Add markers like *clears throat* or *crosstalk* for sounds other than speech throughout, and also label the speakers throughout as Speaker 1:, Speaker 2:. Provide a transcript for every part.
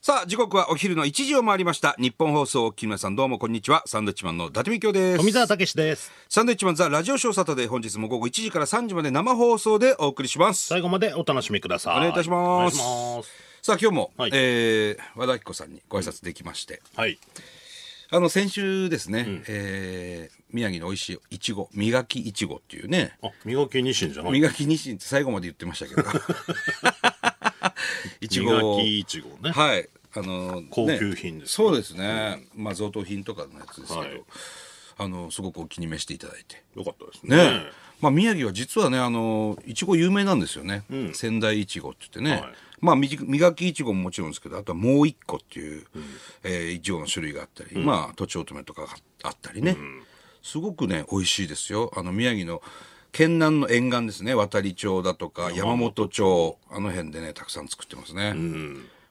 Speaker 1: さあ、時刻はお昼の1時を回りました。日本放送をお聞きの皆さんどうもこんにちは。サンドイッチマンの伊達美京です。
Speaker 2: 富澤たけしです
Speaker 1: サンドイッチマンザラジオショーサタデー本日も午後1時から3時まで生放送でお送りします。
Speaker 2: 最後までお楽しみください
Speaker 1: お願いいたします
Speaker 2: お願いします
Speaker 1: さあ、今日も、
Speaker 2: はい
Speaker 1: えー和田アキ子さんにご挨拶できまして、
Speaker 2: はい
Speaker 1: あの、先週ですね、えー宮城の美味しいいちご、磨きいちごっていうね、
Speaker 2: あ磨きニシンじゃない
Speaker 1: 磨きニシンって最後まで言ってました
Speaker 2: *laughs*
Speaker 1: けど、いちごを
Speaker 2: 磨きいちごね
Speaker 1: はい。あの
Speaker 2: 高級品ですね
Speaker 1: そうですね。まあ贈答品とかのやつですけど、
Speaker 2: はい
Speaker 1: あのすごくお気に召していただいて。
Speaker 2: よかったですね
Speaker 1: ね、まあ宮城は実はねあのいちご有名なんですよね。仙台いちごって言ってね。
Speaker 2: はい
Speaker 1: まあみじ磨きいちごももちろんですけど、あとはもう一個っていう、えーいちごの種類があったり、まあとちおとめとかがあったりね、すごくね美味しいですよ。あの宮城の県南の沿岸ですね渡里町だとか山本町あの辺でねたくさん作ってますね。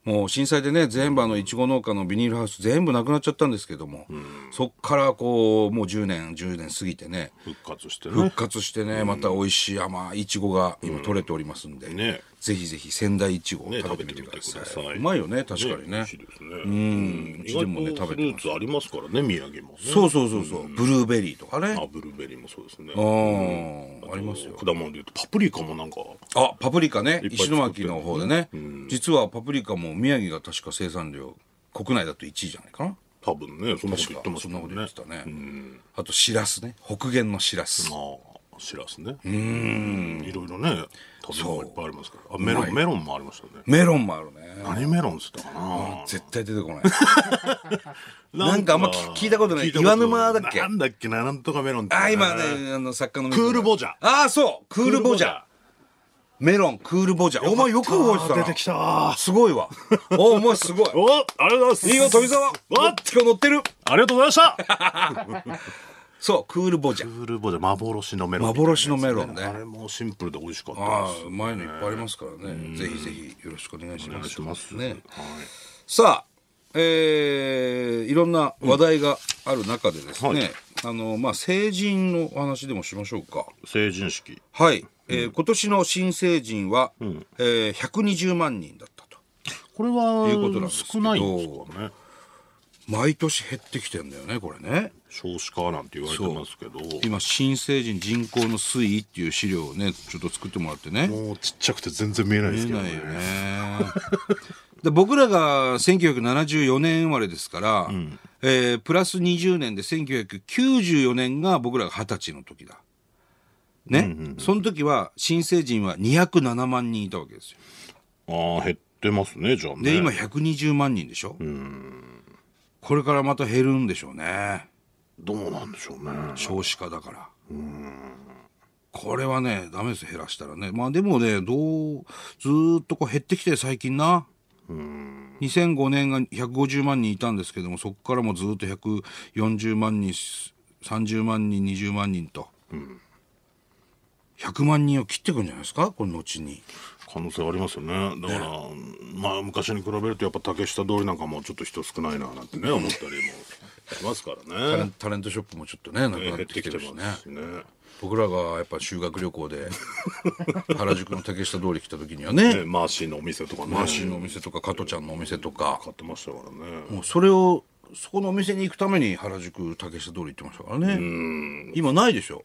Speaker 1: もう震災でね全部あのいちご農家のビニールハウス全部なくなっちゃったんですけども、そっからこうもう10年10年過ぎてね
Speaker 2: 復活して
Speaker 1: 復
Speaker 2: ね
Speaker 1: 活してね、また美味しい甘いいちごが今取れておりますんで、
Speaker 2: ね
Speaker 1: ぜひぜひ仙台いちごを
Speaker 2: ね
Speaker 1: 食べてみてください,、
Speaker 2: 食べてみてくださいう
Speaker 1: まいよね確かに
Speaker 2: 美
Speaker 1: ね
Speaker 2: 味しいですねうん
Speaker 1: うち
Speaker 2: 意
Speaker 1: でもね
Speaker 2: 外とフルーツありますからね宮城もね
Speaker 1: そうそうそうそう、ブルーベリーとかね
Speaker 2: あブルーベリーもそうですね
Speaker 1: うんありますよ
Speaker 2: 果物でいうとパプリカもなんか
Speaker 1: あパプリカね
Speaker 2: いっぱい
Speaker 1: 石巻の方でね、実はパプリカも宮城が確か生産量国内だと1位じゃないかな
Speaker 2: 多分ねそんなこと言
Speaker 1: 確
Speaker 2: っ
Speaker 1: か
Speaker 2: てま
Speaker 1: そ
Speaker 2: す
Speaker 1: ん
Speaker 2: も
Speaker 1: なこ
Speaker 2: ん
Speaker 1: と
Speaker 2: ね
Speaker 1: 言ってたね、あとしらすね北限のしらす、
Speaker 2: ああしらすねうんいろいろね食べ物いっぱいありますからあメ
Speaker 1: うま
Speaker 2: ロ
Speaker 1: い
Speaker 2: ンメロンもありましたね
Speaker 1: メロンもあるね
Speaker 2: 何メロンっつったかな
Speaker 1: 絶対出て
Speaker 2: *laughs*
Speaker 1: こないなんかあんま聞聞いたことない
Speaker 2: 聞こと
Speaker 1: 岩沼だっけ
Speaker 2: なんだっけななんとかメロンって
Speaker 1: あ今ねあの作家の
Speaker 2: クールボジャ
Speaker 1: ああそうクールボジャメロンクールボジャお前よく覚えてた
Speaker 2: 出
Speaker 1: な
Speaker 2: てきたわ
Speaker 1: すごいわおお前すごい
Speaker 2: おありがとうございます
Speaker 1: いいよ富澤今日乗ってる
Speaker 2: ありがとうございました *laughs*
Speaker 1: そうクールボジャ
Speaker 2: クールボジャ幻のメロンみたいなやつ
Speaker 1: 幻のメロンね
Speaker 2: あれもシンプルで美味しかった
Speaker 1: あ
Speaker 2: です
Speaker 1: あ前のいっぱいありますからねぜひぜひよろしくお願いし
Speaker 2: お願
Speaker 1: ま
Speaker 2: い
Speaker 1: す
Speaker 2: します
Speaker 1: ね
Speaker 2: はい
Speaker 1: さあえーいろんな話題がある中でですね、
Speaker 2: はい
Speaker 1: あのまあ成人のお話でもしましょうか
Speaker 2: 成人式
Speaker 1: はい、えー今年の新成人は、えー120万人だったと
Speaker 2: これ
Speaker 1: いうことなんで
Speaker 2: は
Speaker 1: すけど
Speaker 2: 少ないんですかね
Speaker 1: 毎年減ってきてんだよねこれね
Speaker 2: 少子化なんて言われてますけど
Speaker 1: 今新成人人口の推移っていう資料をねちょっと作ってもらってね
Speaker 2: もうちっちゃくて全然見えないですけ
Speaker 1: 見え
Speaker 2: ど
Speaker 1: ないよねで僕らが1974年生まれですから、えープラス20年で1994年が僕らが二十歳の時だね、その時は新成人は207万人いたわけですよ
Speaker 2: ああ減ってますねじゃあね
Speaker 1: で、今120万人でしょこれからまた減るんでしょうね
Speaker 2: どうなんでしょうね
Speaker 1: 少子化だからこれはねダメです減らしたらねまあでもねどうずーっとこう減ってきて最近な2005年が150万人いたんですけどもそこからもずーっと140万人30万人20万人と、100万人を切っていくんじゃないですかこの後に
Speaker 2: 可能性ありますよねだから、まあ昔に比べるとやっぱ竹下通りなんかもうちょっと人少ないななんてね思ったりもしますから
Speaker 1: タレ *laughs*
Speaker 2: ね
Speaker 1: ンタレントショップもちょっとねなく
Speaker 2: 減
Speaker 1: なっ
Speaker 2: って
Speaker 1: き
Speaker 2: てき
Speaker 1: て
Speaker 2: て
Speaker 1: る
Speaker 2: ま
Speaker 1: しね
Speaker 2: すしね
Speaker 1: 僕らがやっぱ修学旅行で原宿の竹下通り来た時にはね
Speaker 2: ねマーシーのお店とかね
Speaker 1: マーシーのお店とか加トちゃんのお店とか
Speaker 2: 買ってましたからね
Speaker 1: もうそれをそこのお店に行くために原宿竹下通り行ってましたからね今ないでしょ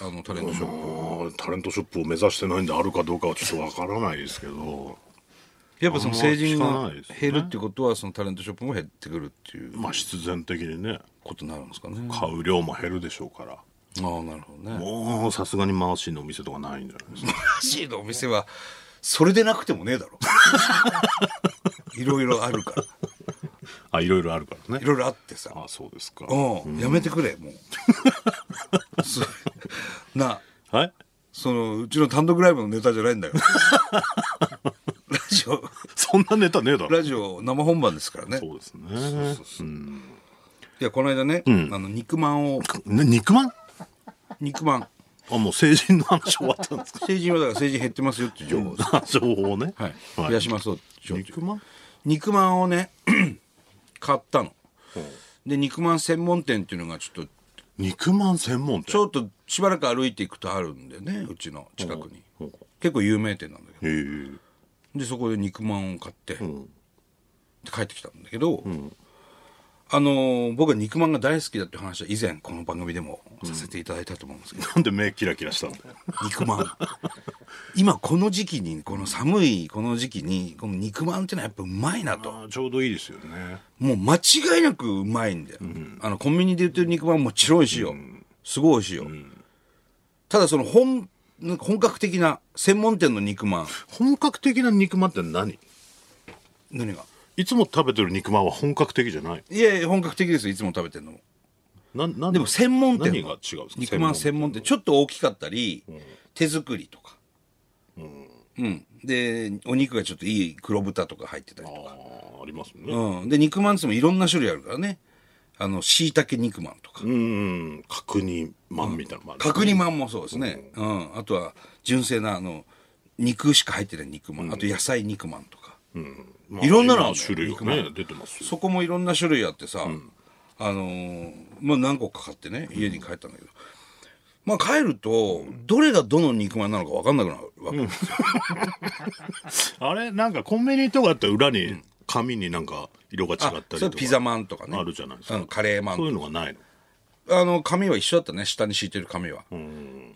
Speaker 1: あのタレントショッ
Speaker 2: あータレントショップを目指してないんであるかどうかはちょっとわからないですけど
Speaker 1: プやっぱその成人
Speaker 2: あんま聞
Speaker 1: が
Speaker 2: かないですね
Speaker 1: 減るってことはそのタレントショップも減ってくるっていう
Speaker 2: まあ必然的にね
Speaker 1: ことになるんですかねあ
Speaker 2: 買う量も減るでしょうから
Speaker 1: あなるほどね
Speaker 2: もうさすがにマーシーのお店とかないんじゃないですか
Speaker 1: *laughs* マジのお店はそれでなくてもねえだ *laughs* ろいろいろあるから
Speaker 2: あいろいろあるから
Speaker 1: い
Speaker 2: ね
Speaker 1: ろいろあってさ
Speaker 2: あそうですか
Speaker 1: うん、やめてくれも *laughs* うすな
Speaker 2: はい
Speaker 1: そのうちの単独ライブのネタじゃないんだよ *laughs* ラジオ
Speaker 2: そんなネタねえだろ
Speaker 1: *laughs* ラジオ生本番ですからね
Speaker 2: そうですね
Speaker 1: いやこの間ね、あの肉まんを
Speaker 2: ね肉まん
Speaker 1: 肉まん
Speaker 2: あもう成人の話終わったん
Speaker 1: *laughs*
Speaker 2: ですか
Speaker 1: 成人はだから成人減ってますよっていう情報です、
Speaker 2: *laughs* 情報ね
Speaker 1: はい、増やしましょうって情報
Speaker 2: 肉まん
Speaker 1: 肉まんをね *clears throat* 買ったので肉まん専門店っていうのがちょっと
Speaker 2: 肉まん専門
Speaker 1: ち
Speaker 2: 店
Speaker 1: ょっとしばらく歩いていくとあるんでねうちの近くに
Speaker 2: ほう
Speaker 1: 結構有名店なんだけど
Speaker 2: へえ
Speaker 1: でそこで肉まんを買って、って帰ってきたんだけど、あのー僕は肉まんが大好きだっていう話は以前この番組でもさせていただいたと思うんですけど、 *laughs*
Speaker 2: なんで目キラキラしたんだよ
Speaker 1: 肉まん今この時期にこの寒いこの時期にこの肉まんってのはやっぱうまいなと
Speaker 2: あーちょうどいいですよね
Speaker 1: もう間違いなくうまいんだよ、あのコンビニで売ってる肉まんもちろん美味しいよ、すごい美味しいよ、ただその本本格的な専門店の肉まん
Speaker 2: 本格的な肉まんって何
Speaker 1: 何が
Speaker 2: いつも食べてる肉まんは本格的じゃない
Speaker 1: いやいや本格的ですよいつも食べてるのも
Speaker 2: なんなん
Speaker 1: でも専門店の
Speaker 2: 何が違うんですか
Speaker 1: 肉まん専門店ちょっと大きかったり、手作りとかうん、でお肉がちょっといい黒豚とか入ってたりとか
Speaker 2: あーありますね
Speaker 1: うん、で肉まんっつってもいろんな種類あるからねあのしいたけ肉まんとか、
Speaker 2: うん角煮まんみたいなのもある
Speaker 1: 角煮まんもそうですね、うんあとは純正なあの肉しか入ってない肉まん、あと野菜肉まんとか、
Speaker 2: ま
Speaker 1: いろんなのあるんだよ
Speaker 2: 今種類がね出てますよ
Speaker 1: そこもいろんな種類あってさ、あのーまあ何個か買ってね家に帰ったんだけど、まあ帰るとどれがどの肉まんなのか分かんなくなるわけ、
Speaker 2: あれなんかコンビニとかだったら裏に紙になんか色が違ったりと
Speaker 1: それ
Speaker 2: か
Speaker 1: ピザまんとかね
Speaker 2: あるじゃないですか
Speaker 1: うんカレーまんと
Speaker 2: そ
Speaker 1: か
Speaker 2: ういうのがないの
Speaker 1: あの紙は一緒だったね下に敷いてる紙は、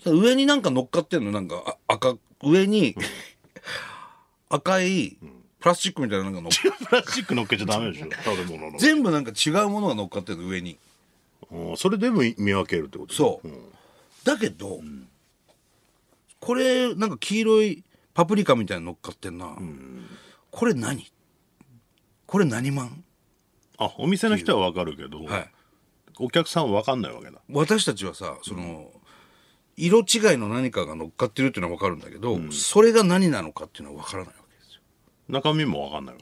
Speaker 1: それ上になんか乗っかってんのなんかあ赤上に *laughs* 赤いプラスチックみたいななんか乗っ
Speaker 2: *laughs* プラスチック乗っけちゃダメでしょ食べ物の
Speaker 1: 全部なんか違うものが乗っかってるの上に
Speaker 2: うんそれでも見分けるってこと
Speaker 1: そう、だけど、これなんか黄色いパプリカみたいなの乗っかってんな、これ何これ何マン、
Speaker 2: あお店の人は分かるけど、
Speaker 1: はい、
Speaker 2: お客さんは分かんないわけだ
Speaker 1: 私たちはさその、色違いの何かが乗っかってるっていうのは分かるんだけど、それが何なのかっていうのは分からないわけですよ
Speaker 2: 中身も分かんないわ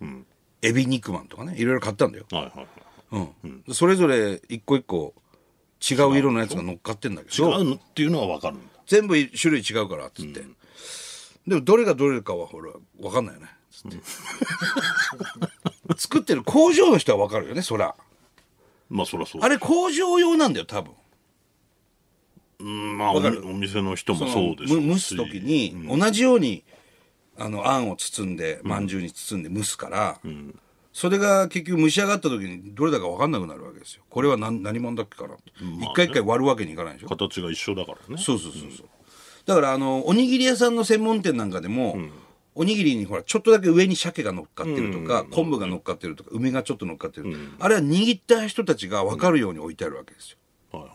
Speaker 2: け
Speaker 1: はいエビ肉まんとかねいろいろ買ったんだよ、
Speaker 2: はいはいはい
Speaker 1: うんそれぞれ一個一個違う色のやつが乗っかってんだけ
Speaker 2: 違
Speaker 1: ど
Speaker 2: うのっていうのは分かるんだ
Speaker 1: 全部種類違うからっつって、でもどれがどれかはほら分かんないよねつって *laughs* 作ってる工場の人は分かるよねそら
Speaker 2: まあそりゃそう
Speaker 1: あれ工場用なんだよ多分
Speaker 2: うんまあお
Speaker 1: わかる
Speaker 2: お店の人も
Speaker 1: の
Speaker 2: そうでしょ
Speaker 1: む蒸す時に同じように、あのあんを包んでまんじゅうに包んで蒸すから、それが結局蒸し上がった時にどれだか分かんなくなるわけですよこれは何何者だっけかなって、一回一回割るわけにいかないでしょ
Speaker 2: 形が一緒だからね
Speaker 1: そうそうそうそう、だからあのおにぎり屋さんの専門店なんかでも、おにぎりにほらちょっとだけ上に鮭が乗っかってるとか、昆布が乗っかってるとか梅がちょっと乗っかってる、あれは握った人たちが分かるように置いてあるわけですよ、
Speaker 2: はいは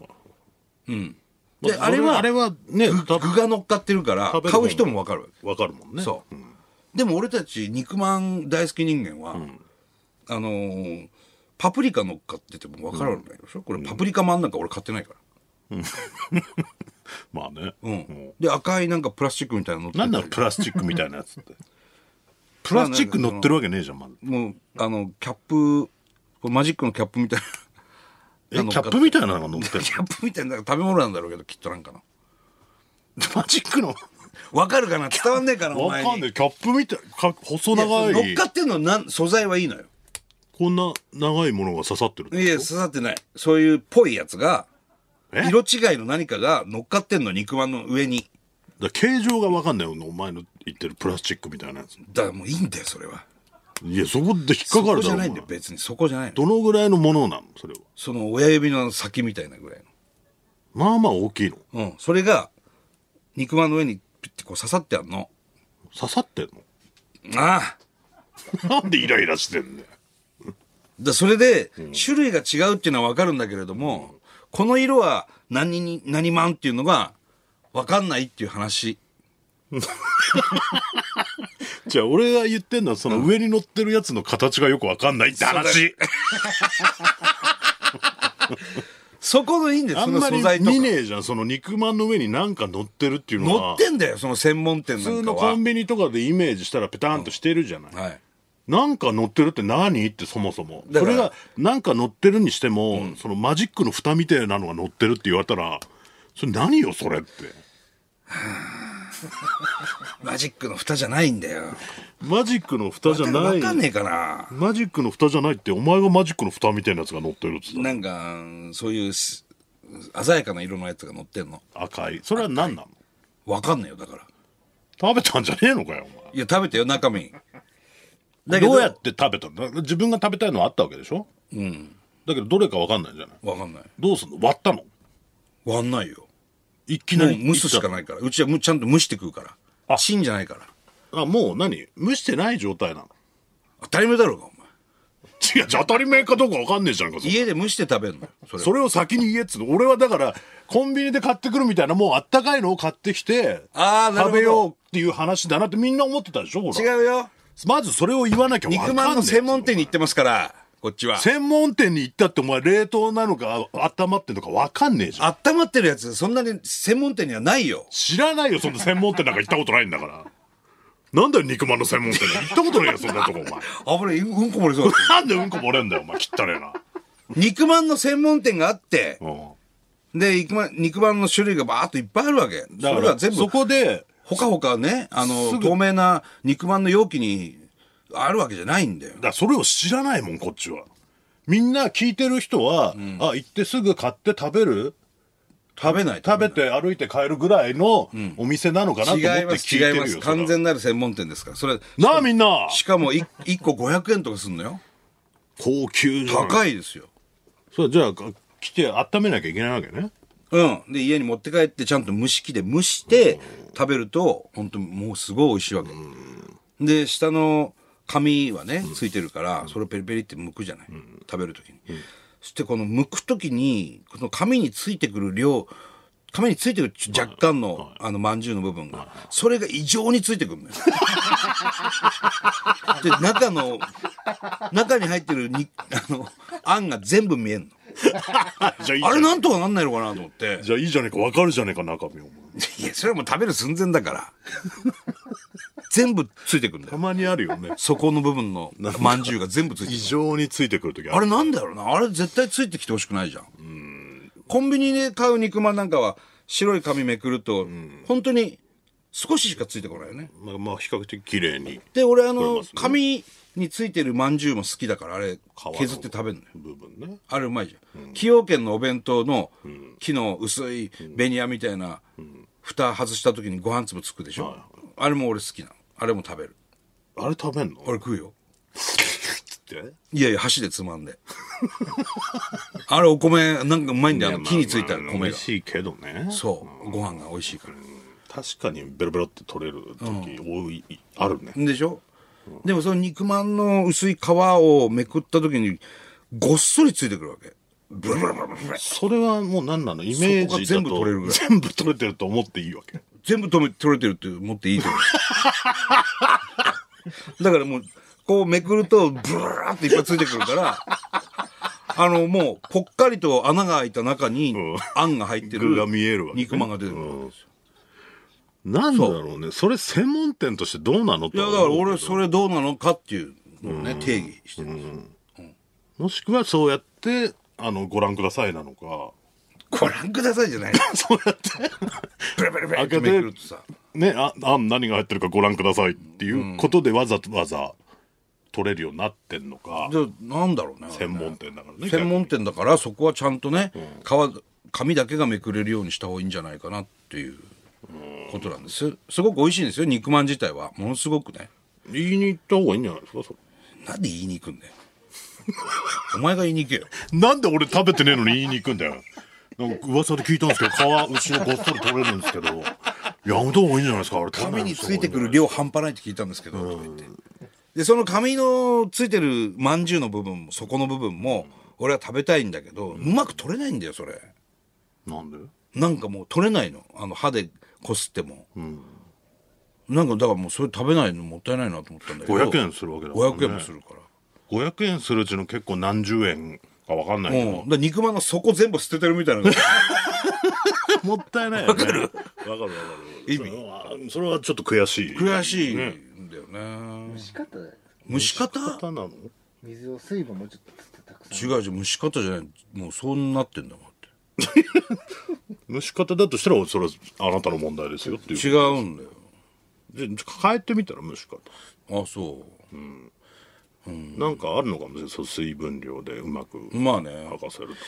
Speaker 2: い
Speaker 1: で
Speaker 2: ま
Speaker 1: あれ
Speaker 2: そ
Speaker 1: は
Speaker 2: あれはね
Speaker 1: 具
Speaker 2: た
Speaker 1: 具が乗っかってるから
Speaker 2: 食べる
Speaker 1: 買
Speaker 2: もの
Speaker 1: う人も分かるわけ
Speaker 2: 分かるもんね
Speaker 1: そう、でも俺たち肉まん大好き人間は、あのーパプリカ乗っかってても分からないでしょ、これパプリカまんなんか俺買ってないから、
Speaker 2: まあね、
Speaker 1: うんで赤いなんかプラスチックみたいなの乗ってて
Speaker 2: なんだろうプラスチックみたいなやつって
Speaker 1: *laughs*
Speaker 2: プラスチック乗ってるわけねえじゃんまだ
Speaker 1: もうあのキャップこれマジックのキャップみたい
Speaker 2: えキ
Speaker 1: な
Speaker 2: ャ
Speaker 1: の
Speaker 2: ップみたいなのが乗って
Speaker 1: *laughs*
Speaker 2: る
Speaker 1: キャップみたいな食べ物なんだろうけどきっとなんかな
Speaker 2: *laughs* マジックの
Speaker 1: わかるかな伝わんねえかなお
Speaker 2: わ
Speaker 1: 前
Speaker 2: かん
Speaker 1: に
Speaker 2: ないキャップみたいか細長
Speaker 1: いや乗っ
Speaker 2: い
Speaker 1: かってんのなん素材はいいのよ
Speaker 2: こんな長いものが刺さってる
Speaker 1: いや刺さってないそういうっぽいやつが
Speaker 2: え
Speaker 1: 色違いの何かが乗っかってんの肉まんの上に
Speaker 2: だから形状がわかんないよお前の言ってるプラスチックみたいなやつ
Speaker 1: だからもういいんだよそれはい
Speaker 2: やそこで引っ
Speaker 1: そ
Speaker 2: かか
Speaker 1: こ
Speaker 2: る
Speaker 1: じ
Speaker 2: だ
Speaker 1: ゃ
Speaker 2: ろ
Speaker 1: な
Speaker 2: お前
Speaker 1: いんだよ別にそこじゃないの
Speaker 2: どのぐらいのものなのそれは
Speaker 1: その親指の先みたいなぐらい
Speaker 2: まあまあ
Speaker 1: *laughs*
Speaker 2: 大きいの
Speaker 1: のうんそれが肉まんの上にピッてこう刺さってあんの
Speaker 2: 刺さってん
Speaker 1: ああ
Speaker 2: のなんでイライラしてんだよ
Speaker 1: だそれで、種類が違うっていうのは分かるんだけれども、この色は何に、何マンっていうのが分かんないっていう話。
Speaker 2: じゃあ俺が言ってんのはその上に乗ってるやつの形がよくわかんないって話
Speaker 1: そこのいいんです、
Speaker 2: あ
Speaker 1: そ
Speaker 2: ん
Speaker 1: の
Speaker 2: ま
Speaker 1: 素
Speaker 2: り
Speaker 1: 材とか
Speaker 2: 見。ねえじゃんその肉まんの上になんか乗ってるっていうの
Speaker 1: 乗
Speaker 2: は
Speaker 1: ってんだよ、その専門店な
Speaker 2: 普通
Speaker 1: んか
Speaker 2: のコ
Speaker 1: は
Speaker 2: ン。ビニとかでイメージしたらペタンとしてるじゃない、
Speaker 1: はい。
Speaker 2: なんか乗ってるって何ってそもそも
Speaker 1: だ
Speaker 2: そ
Speaker 1: から
Speaker 2: れがなんか乗ってるにしても、そのマジックの蓋みたいなのが乗ってるって言われたらそれ何よそれって
Speaker 1: マジックの蓋じゃないんだよ。
Speaker 2: マジックの蓋じゃない
Speaker 1: 分かんねえかな。
Speaker 2: マジックの蓋じゃないってお前がマジックの蓋みたいなやつが乗ってるっつった
Speaker 1: なんか、そういうす鮮やかな色のやつが乗ってんの。
Speaker 2: 赤いそれは何なの
Speaker 1: 分かんないよ、だから。
Speaker 2: 食べたんじゃねえのかよお前
Speaker 1: いや、食べてよ、中身。だけど
Speaker 2: どうやって食べたんだ自分が食べたいのはあったわけでしょ
Speaker 1: うん。
Speaker 2: だけどどれかわかんないじゃない
Speaker 1: わかんない。
Speaker 2: どうすんの割ったの
Speaker 1: 割んないよ。
Speaker 2: いき
Speaker 1: も
Speaker 2: な
Speaker 1: う
Speaker 2: り
Speaker 1: 蒸すしかないから。うちはむちゃんと蒸して食うから。
Speaker 2: あ
Speaker 1: 芯じゃないから。
Speaker 2: あもう何蒸してない状態なの
Speaker 1: 当たり前だろうが、お前。
Speaker 2: 違う当たり前かどうかわかんねえじゃんかそれ
Speaker 1: 家で蒸して食べるのよ。それ。
Speaker 2: それを先に言えっつうの俺はだからコンビニで買ってくるみたいなもうあったかいのを買ってきて
Speaker 1: あーなるほ
Speaker 2: 食
Speaker 1: ど
Speaker 2: べようっていう話だなってみんな思ってたでしょほら
Speaker 1: 違うよ。
Speaker 2: まずそれを言わなきゃわか
Speaker 1: 肉
Speaker 2: んねえ
Speaker 1: まんの専門店に行ってますから、こっちは。
Speaker 2: 専門店に行ったってお前冷凍なのか温まってんのかわかんねえじゃん
Speaker 1: 温まってるやつ、そんなに専門店にはないよ。
Speaker 2: 知らないよそんな専門店なんか行ったことないん
Speaker 1: *laughs*
Speaker 2: だからなんだよ肉まんの専門店なんか行ったことないよそんなとこお
Speaker 1: あ
Speaker 2: 前
Speaker 1: ぶれ、うんこ漏れそうだった
Speaker 2: なんでうんこ漏れんだよお前汚ねえな
Speaker 1: *laughs* 肉まんの専門店があって、
Speaker 2: う
Speaker 1: で、肉まん、肉まんの種類がバーっといっぱいあるわけ。
Speaker 2: ん
Speaker 1: それが全部
Speaker 2: そ、こで
Speaker 1: ほかほかね、あの
Speaker 2: す、ぐ
Speaker 1: 透明な肉まんの容器にあるわけじゃないんだよ。
Speaker 2: だからそれを知らないもんこっちはみんな聞いてる人は、あ行ってすぐ買って食べる
Speaker 1: 食べない。
Speaker 2: 食べて歩いて帰るぐらいのお店なのかなと思って
Speaker 1: 違います、
Speaker 2: 聞いて
Speaker 1: 違
Speaker 2: る
Speaker 1: い
Speaker 2: よ
Speaker 1: ます。
Speaker 2: それは
Speaker 1: 完全なる専門店ですから。それ、
Speaker 2: なあみんな
Speaker 1: しかも 1, 個500円とかすんのよ。
Speaker 2: 高級じゃん
Speaker 1: 高いですよ。
Speaker 2: そうじゃあか来て温めなきゃいけないわけね
Speaker 1: うん。で、家に持って帰って、ちゃんと蒸し器で蒸して、食べると、本当もうすごい美味しいわけ。で、下の紙はね、ついてるから、それをペリペリって剥くじゃない。食べるときに。そして、この剥くときに、この紙についてくる量、紙についてくる若干の、あの、まんじゅうの部分が、それが異常についてく
Speaker 2: *laughs*
Speaker 1: るのよ。で、中の、中に入ってるに、あの、あんが全部見えんの。
Speaker 2: じゃあいいじゃ
Speaker 1: あ
Speaker 2: ん
Speaker 1: れなんとかなんないのかなと思って。
Speaker 2: じゃあいいじゃねえか分かるじゃねえか中身お前
Speaker 1: いや、それはもう食べる寸前だから。全部ついてくんだ
Speaker 2: た
Speaker 1: よ。
Speaker 2: まにあるよね
Speaker 1: そこの部分のまんじゅうが全部ついてく
Speaker 2: 異
Speaker 1: る。
Speaker 2: 常についてくる時あ
Speaker 1: あ
Speaker 2: る
Speaker 1: れなんだろうなあれ絶対ついてきてほしくないじゃん。コンビニで買う肉まんなんかは白い紙めくると、本当に少ししかついてこないよね。
Speaker 2: まあ、まあ比較的綺麗に
Speaker 1: で、俺あ
Speaker 2: 取れ
Speaker 1: の
Speaker 2: ますね、
Speaker 1: 紙についてるまんじゅうも好きだから、あれ
Speaker 2: の
Speaker 1: 削って食べるのよ。
Speaker 2: 部分ね
Speaker 1: あれうまいじゃん。崎陽軒のお弁当の木の薄いベニヤみたいな蓋外した時にご飯粒つくでしょ。あれも俺好きなの。あれも食べる。
Speaker 2: あれ食べんの
Speaker 1: あれ食うよ。
Speaker 2: って
Speaker 1: いやいや、箸でつまんで。 *laughs* あれお米、なんかうまいんだよ。あの木についた
Speaker 2: まあまあ
Speaker 1: 米
Speaker 2: 美
Speaker 1: が
Speaker 2: 味。しいけどね
Speaker 1: そう。ご飯が美味しいから。
Speaker 2: 確かにベロベロって取れる時多い、あるね
Speaker 1: でしょでもその肉まんの薄い皮をめくった時に、ごっそりついてくるわけ。ブルブルブルブルブル
Speaker 2: それはもう何なのイメージだ
Speaker 1: そ
Speaker 2: と
Speaker 1: こが全部取れるぐらい
Speaker 2: 全部取れてると思っていいわけ
Speaker 1: 全部止め取れてるって思っていいと思う。 *laughs* だからもう、こうめくると、ブラーっていっぱいついてくるから、 *laughs* あの、もう、ぽっかりと穴が開いた中に
Speaker 2: ん、
Speaker 1: あんが入って
Speaker 2: 具
Speaker 1: る
Speaker 2: が見えるわけね
Speaker 1: 肉まんが出てくるわけですよ。
Speaker 2: なんだろうねそれ専門店としてどうなのって
Speaker 1: いや、だから俺、それどうなのかっていうのをね、定義してるんですよ。
Speaker 2: もしくはそうやってあのご覧くださいなのか *laughs*
Speaker 1: ご覧くださいじゃないの。
Speaker 2: そうやって
Speaker 1: ブラブラブラってめくるとさ。
Speaker 2: ねああ何が入ってるかご覧くださいっていうことでわざわざ取れるようになってんのか、
Speaker 1: じゃあなんだろうね。
Speaker 2: 専門店だからね
Speaker 1: 専門店だから、そこはちゃんとね、皮、紙だけがめくれるようにした方がいいんじゃないかなっていうことなんです。すごく美味しいんですよ、肉まん自体は。ものすごくね。
Speaker 2: 逆に言いに行った方がいいんじゃないですかそれ
Speaker 1: なんで言いに行くんだ *laughs* よ。お前が言いに行けよ。
Speaker 2: なんで俺食べてねえのに言いに行くんだよ。なんか噂で聞いたんですけど、皮、牛のごっそり取れるんですけど、やめた方がいいんじゃないですか、あれ。
Speaker 1: 紙についてくる量半端ないって聞いたんですけど、とか言って。で、その紙のついてるまんじゅうの部分も、そこの部分も、俺は食べたいんだけど、うまく取れないんだよ、それ。
Speaker 2: なんで
Speaker 1: なんかもう取れないの。あの、歯でこすっても。なんか、だからもうそれ食べないのもったいないなと思ったんだけど。
Speaker 2: 500円するわけだからね
Speaker 1: 500円もするから。
Speaker 2: ?500 円するうちの結構何十円かわかんないけ
Speaker 1: うん。だから肉まんの底全部捨ててるみたいな。
Speaker 2: ど。もったいないよ、ね。わかるわかるわかる。意味それはちょっと悔しい。
Speaker 1: 悔しいんだよね。
Speaker 3: 仕方だよ
Speaker 1: 蒸し方
Speaker 2: 方なの
Speaker 3: 水を水分もちょっとつってたくさん
Speaker 1: 違う違う、蒸し方じゃない。もうそうなってんだもんって。
Speaker 2: 蒸し方だとしたら、それはあなたの問題ですよっていう。
Speaker 1: 違
Speaker 2: じ
Speaker 1: うんだよ。
Speaker 2: ゃあ変えてみたら蒸し方。
Speaker 1: あ、そう。
Speaker 2: なんかあるのかもしれない。そう水分量でうまく剥
Speaker 1: まあね。だか
Speaker 2: がせるとか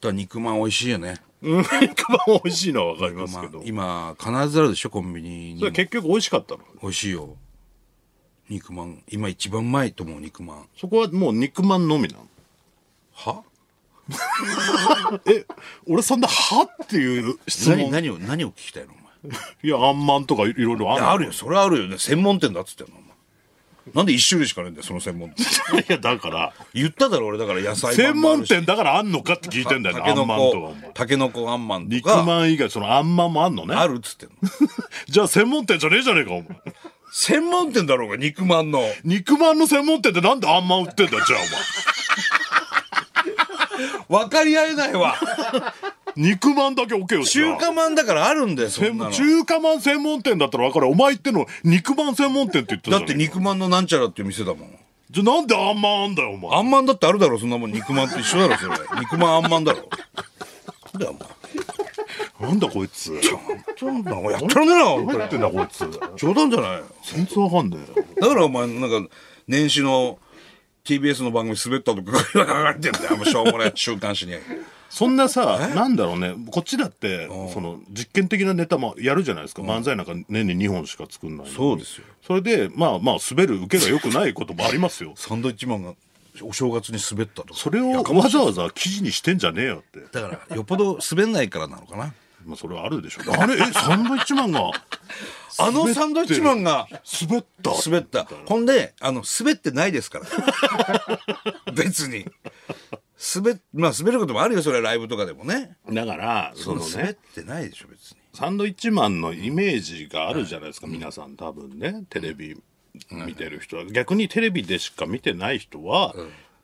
Speaker 2: さ。
Speaker 1: ら肉まん美味しいよね。
Speaker 2: うん、肉まん美味しいのはわかります
Speaker 1: まあ
Speaker 2: けど。
Speaker 1: 今、必ずあるでしょ、コンビニ
Speaker 2: それ
Speaker 1: に。
Speaker 2: 結局美味しかったの
Speaker 1: 美味しいよ。肉まん今一番うまいと思う肉まん
Speaker 2: そこはもう肉まんのみなの
Speaker 1: は
Speaker 2: え俺そんな「は?」っていう質
Speaker 1: 何
Speaker 2: 問
Speaker 1: 何を何を聞きたいのお前
Speaker 2: いやあんまんとかいろいろあ
Speaker 1: い
Speaker 2: る
Speaker 1: やあるよそれはあるよね専門店だっつってんのお前なんで一種類しかないんだよその専門店
Speaker 2: いやだから
Speaker 1: 言っただろ俺だから野菜ま
Speaker 2: 専
Speaker 1: んもあ
Speaker 2: 門
Speaker 1: るし
Speaker 2: 店だからあんのかって聞いてんだよねあ
Speaker 1: た
Speaker 2: んまんとかお前
Speaker 1: たけのこあんまんと
Speaker 2: 肉
Speaker 1: か
Speaker 2: まん以外そのあんまんもあんのね
Speaker 1: あるっつってんの
Speaker 2: じゃあ専門店じゃねえじゃねえかお前
Speaker 1: 専門店だろうが肉まんの
Speaker 2: 肉まんの専門店ってなんであんまん売ってんだよじゃあ
Speaker 1: 分かり合えないわ
Speaker 2: *laughs* お前肉まんだけ置けよじゃあ
Speaker 1: 中華まんだからあるんだよそんなの
Speaker 2: 中華まん専門店だったら分かるお前言ってんの肉まん専門店って言って
Speaker 1: だ
Speaker 2: た
Speaker 1: って
Speaker 2: じゃねえか
Speaker 1: 肉まんのなんちゃらっていう店だもん
Speaker 2: じゃあなんであんまんあんだよお前
Speaker 1: あんまんだってあるだろそんなもん肉まんと一緒だろそれ肉まんあんまんだろ *laughs* なんだよ
Speaker 2: なんだこいつ
Speaker 1: お前なんだお前やってらんねえな本当に
Speaker 2: 何やってんだこいつ
Speaker 1: 冗談じゃないよ
Speaker 2: 全然わかんねえよ
Speaker 1: だからお前なんか年始の TBS の番組滑ったとかが流れてんだよあんましょうもない週刊誌に
Speaker 2: そんなさなんだろうねこっちだってその実験的なネタもやるじゃないですか漫才なんか年に2本しか作んないのに
Speaker 1: そうですよ
Speaker 2: それでまあまあ滑る受けが良くないこともありますよ
Speaker 1: サンドイッチマンがお正月に滑ったとか
Speaker 2: それをわざわざ記事にしてんじゃねえよって
Speaker 1: だからよっぽど滑んないからなのかな
Speaker 2: まあそれはあるでしょあれえサンドイッチマンが
Speaker 1: あのサンドイッチマンが
Speaker 2: 滑った
Speaker 1: 滑ったほんであの滑ってないですから別に滑っまあ滑ることもあるよそれはライブとかでもね
Speaker 2: だからその
Speaker 1: 滑っ
Speaker 2: ね
Speaker 1: てないでしょ別に
Speaker 2: サンドイッチマンのイメージがあるじゃないですか、皆さん多分ねテレビ見てる人は、逆にテレビでしか見てない人は、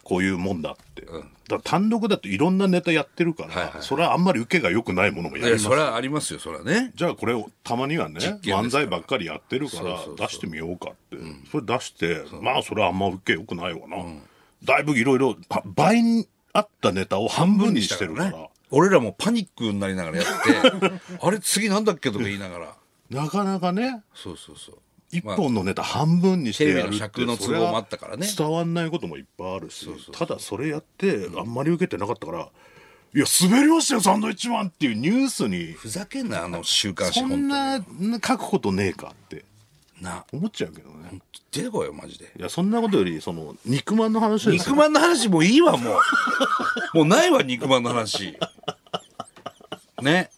Speaker 2: こういうもんだって、だから単独だといろんなネタやってるから、それはあんまり受けが良くないものも
Speaker 1: い
Speaker 2: やり
Speaker 1: や
Speaker 2: ます
Speaker 1: それはありますよそれはね
Speaker 2: じゃあこれをたまにはね
Speaker 1: 験です
Speaker 2: 漫
Speaker 1: か
Speaker 2: 才ばっかりやってるから出してみようかってそれ出してまあそれはあんま受け良くないわな、だいぶいろいろは倍にあったネタを半分にしてるから
Speaker 1: ね俺らもパニックになりながらやってあれ次なんだっけとか言いながら
Speaker 2: なかなかね
Speaker 1: そうそうそう
Speaker 2: 一本のネタ半分にしてやるって、
Speaker 1: テレビの尺の都合もあったからね
Speaker 2: それは伝わんないこともいっぱいあるしただそれやってあんまり受けてなかったから「いや滑りましたよサンドイッチマン」っていうニュースに
Speaker 1: ふざけんなあの週刊誌
Speaker 2: そん
Speaker 1: 本
Speaker 2: な書くことねえかって
Speaker 1: 当にな
Speaker 2: 思っちゃうけどね
Speaker 1: 出てこいよマジで
Speaker 2: いやそんなことよりその肉まんの話で
Speaker 1: *laughs*
Speaker 2: す
Speaker 1: 肉
Speaker 2: よ
Speaker 1: まんの話もういいわも *laughs* うもうないわ肉まんの話ね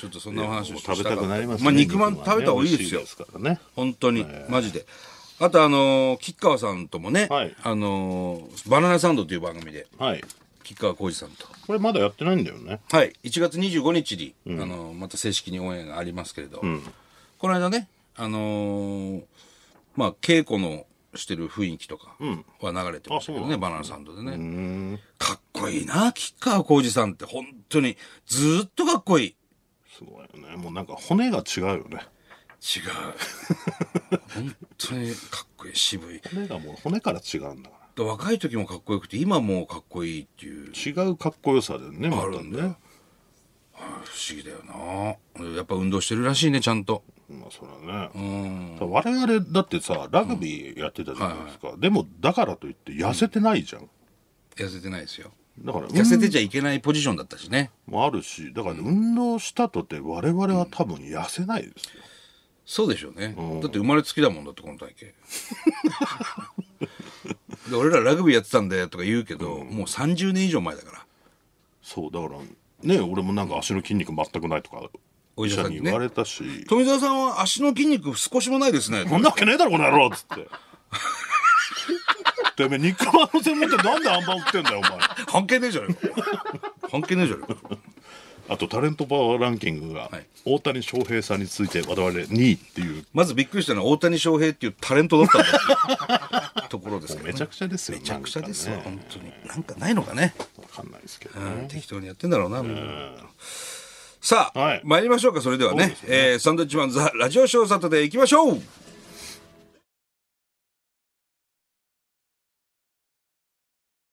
Speaker 1: ちょっとそんなお話を
Speaker 2: 食べたくなりますね
Speaker 1: あ、肉まん食べた方がいいです
Speaker 2: 肉まんね美味し
Speaker 1: よ
Speaker 2: ですからね
Speaker 1: 本当に、マジであとあのー吉川さんともね、
Speaker 2: はい
Speaker 1: あのーバナナサンド」という番組で
Speaker 2: はい
Speaker 1: 吉川浩司さんと
Speaker 2: これまだやってないんだよね
Speaker 1: はい1月25日に、あのーまた正式にオンエアがありますけれど、この間ねあのーまあ稽古のしてる雰囲気とかは流れてましたけど
Speaker 2: あそう
Speaker 1: ね、バナナサンドでね、かっこいいな、吉川浩司さんって、本当に、ずーっとかっこいい。
Speaker 2: すごいよねもうなんか骨が違うよね
Speaker 1: 違
Speaker 2: *laughs*
Speaker 1: う。本当にかっこいい、渋い。
Speaker 2: 骨がもう骨から違うんだから
Speaker 1: 若い時もかっこよくて、今もかっこいいっていう、
Speaker 2: 違うかっこよさだよねまたね
Speaker 1: 不思議だよな。やっぱ運動してるらしいね、ちゃんと。
Speaker 2: まあそれはね我々だってさラグビーやってたじゃないですか、でもだからといって痩せてないじゃん、
Speaker 1: 痩せてないですよ。
Speaker 2: だから
Speaker 1: 痩せてちゃいけないポジションだったしね。
Speaker 2: もあるしだから運動したとて我々は多分痩せないですよ、
Speaker 1: そうでしょうね。だって生まれつきだもんだって、この体型。 *laughs* で俺らラグビーやってたんだよとか言うけど、もう30年以上前だから。
Speaker 2: そうだからね俺もなんか足の筋肉全くないとか
Speaker 1: お医者さんにね
Speaker 2: 医言われたし、
Speaker 1: 富澤さんは足の筋肉少しもないですね。
Speaker 2: そんなわけねえだろこの野郎っつ
Speaker 1: *laughs*
Speaker 2: っててめえ肉まんの専門店なんであんま売ってんだよお前
Speaker 1: 関係ねえじゃねえか。関係ねえじゃねえか。
Speaker 2: あとタレントパワーランキングが、
Speaker 1: はい
Speaker 2: 大谷翔平さんについて我々2位っていう
Speaker 1: まずびっくりしたのは大谷翔平っていうタレントだったんだっていうところですけど、ね、
Speaker 2: めちゃくちゃですよ
Speaker 1: めちゃくちゃですわ、
Speaker 2: なんかね
Speaker 1: 本当になんかないのかね、
Speaker 2: わかんないですけど
Speaker 1: う
Speaker 2: ね
Speaker 1: ん、適当にやってんだろうな、もうさあ、
Speaker 2: はい
Speaker 1: 参りましょうかそれではね
Speaker 2: そうです
Speaker 1: えーサンドウィッチマンザラジオショーサタデー行きましょう